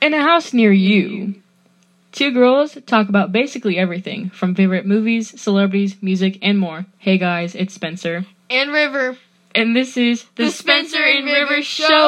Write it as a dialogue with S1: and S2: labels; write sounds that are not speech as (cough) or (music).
S1: In a house near you, two girls talk about basically everything from favorite movies, celebrities, music, and more. Hey guys, it's Spencer.
S2: And River.
S1: And this is the,
S2: The
S1: (laughs) Spencer and River Show.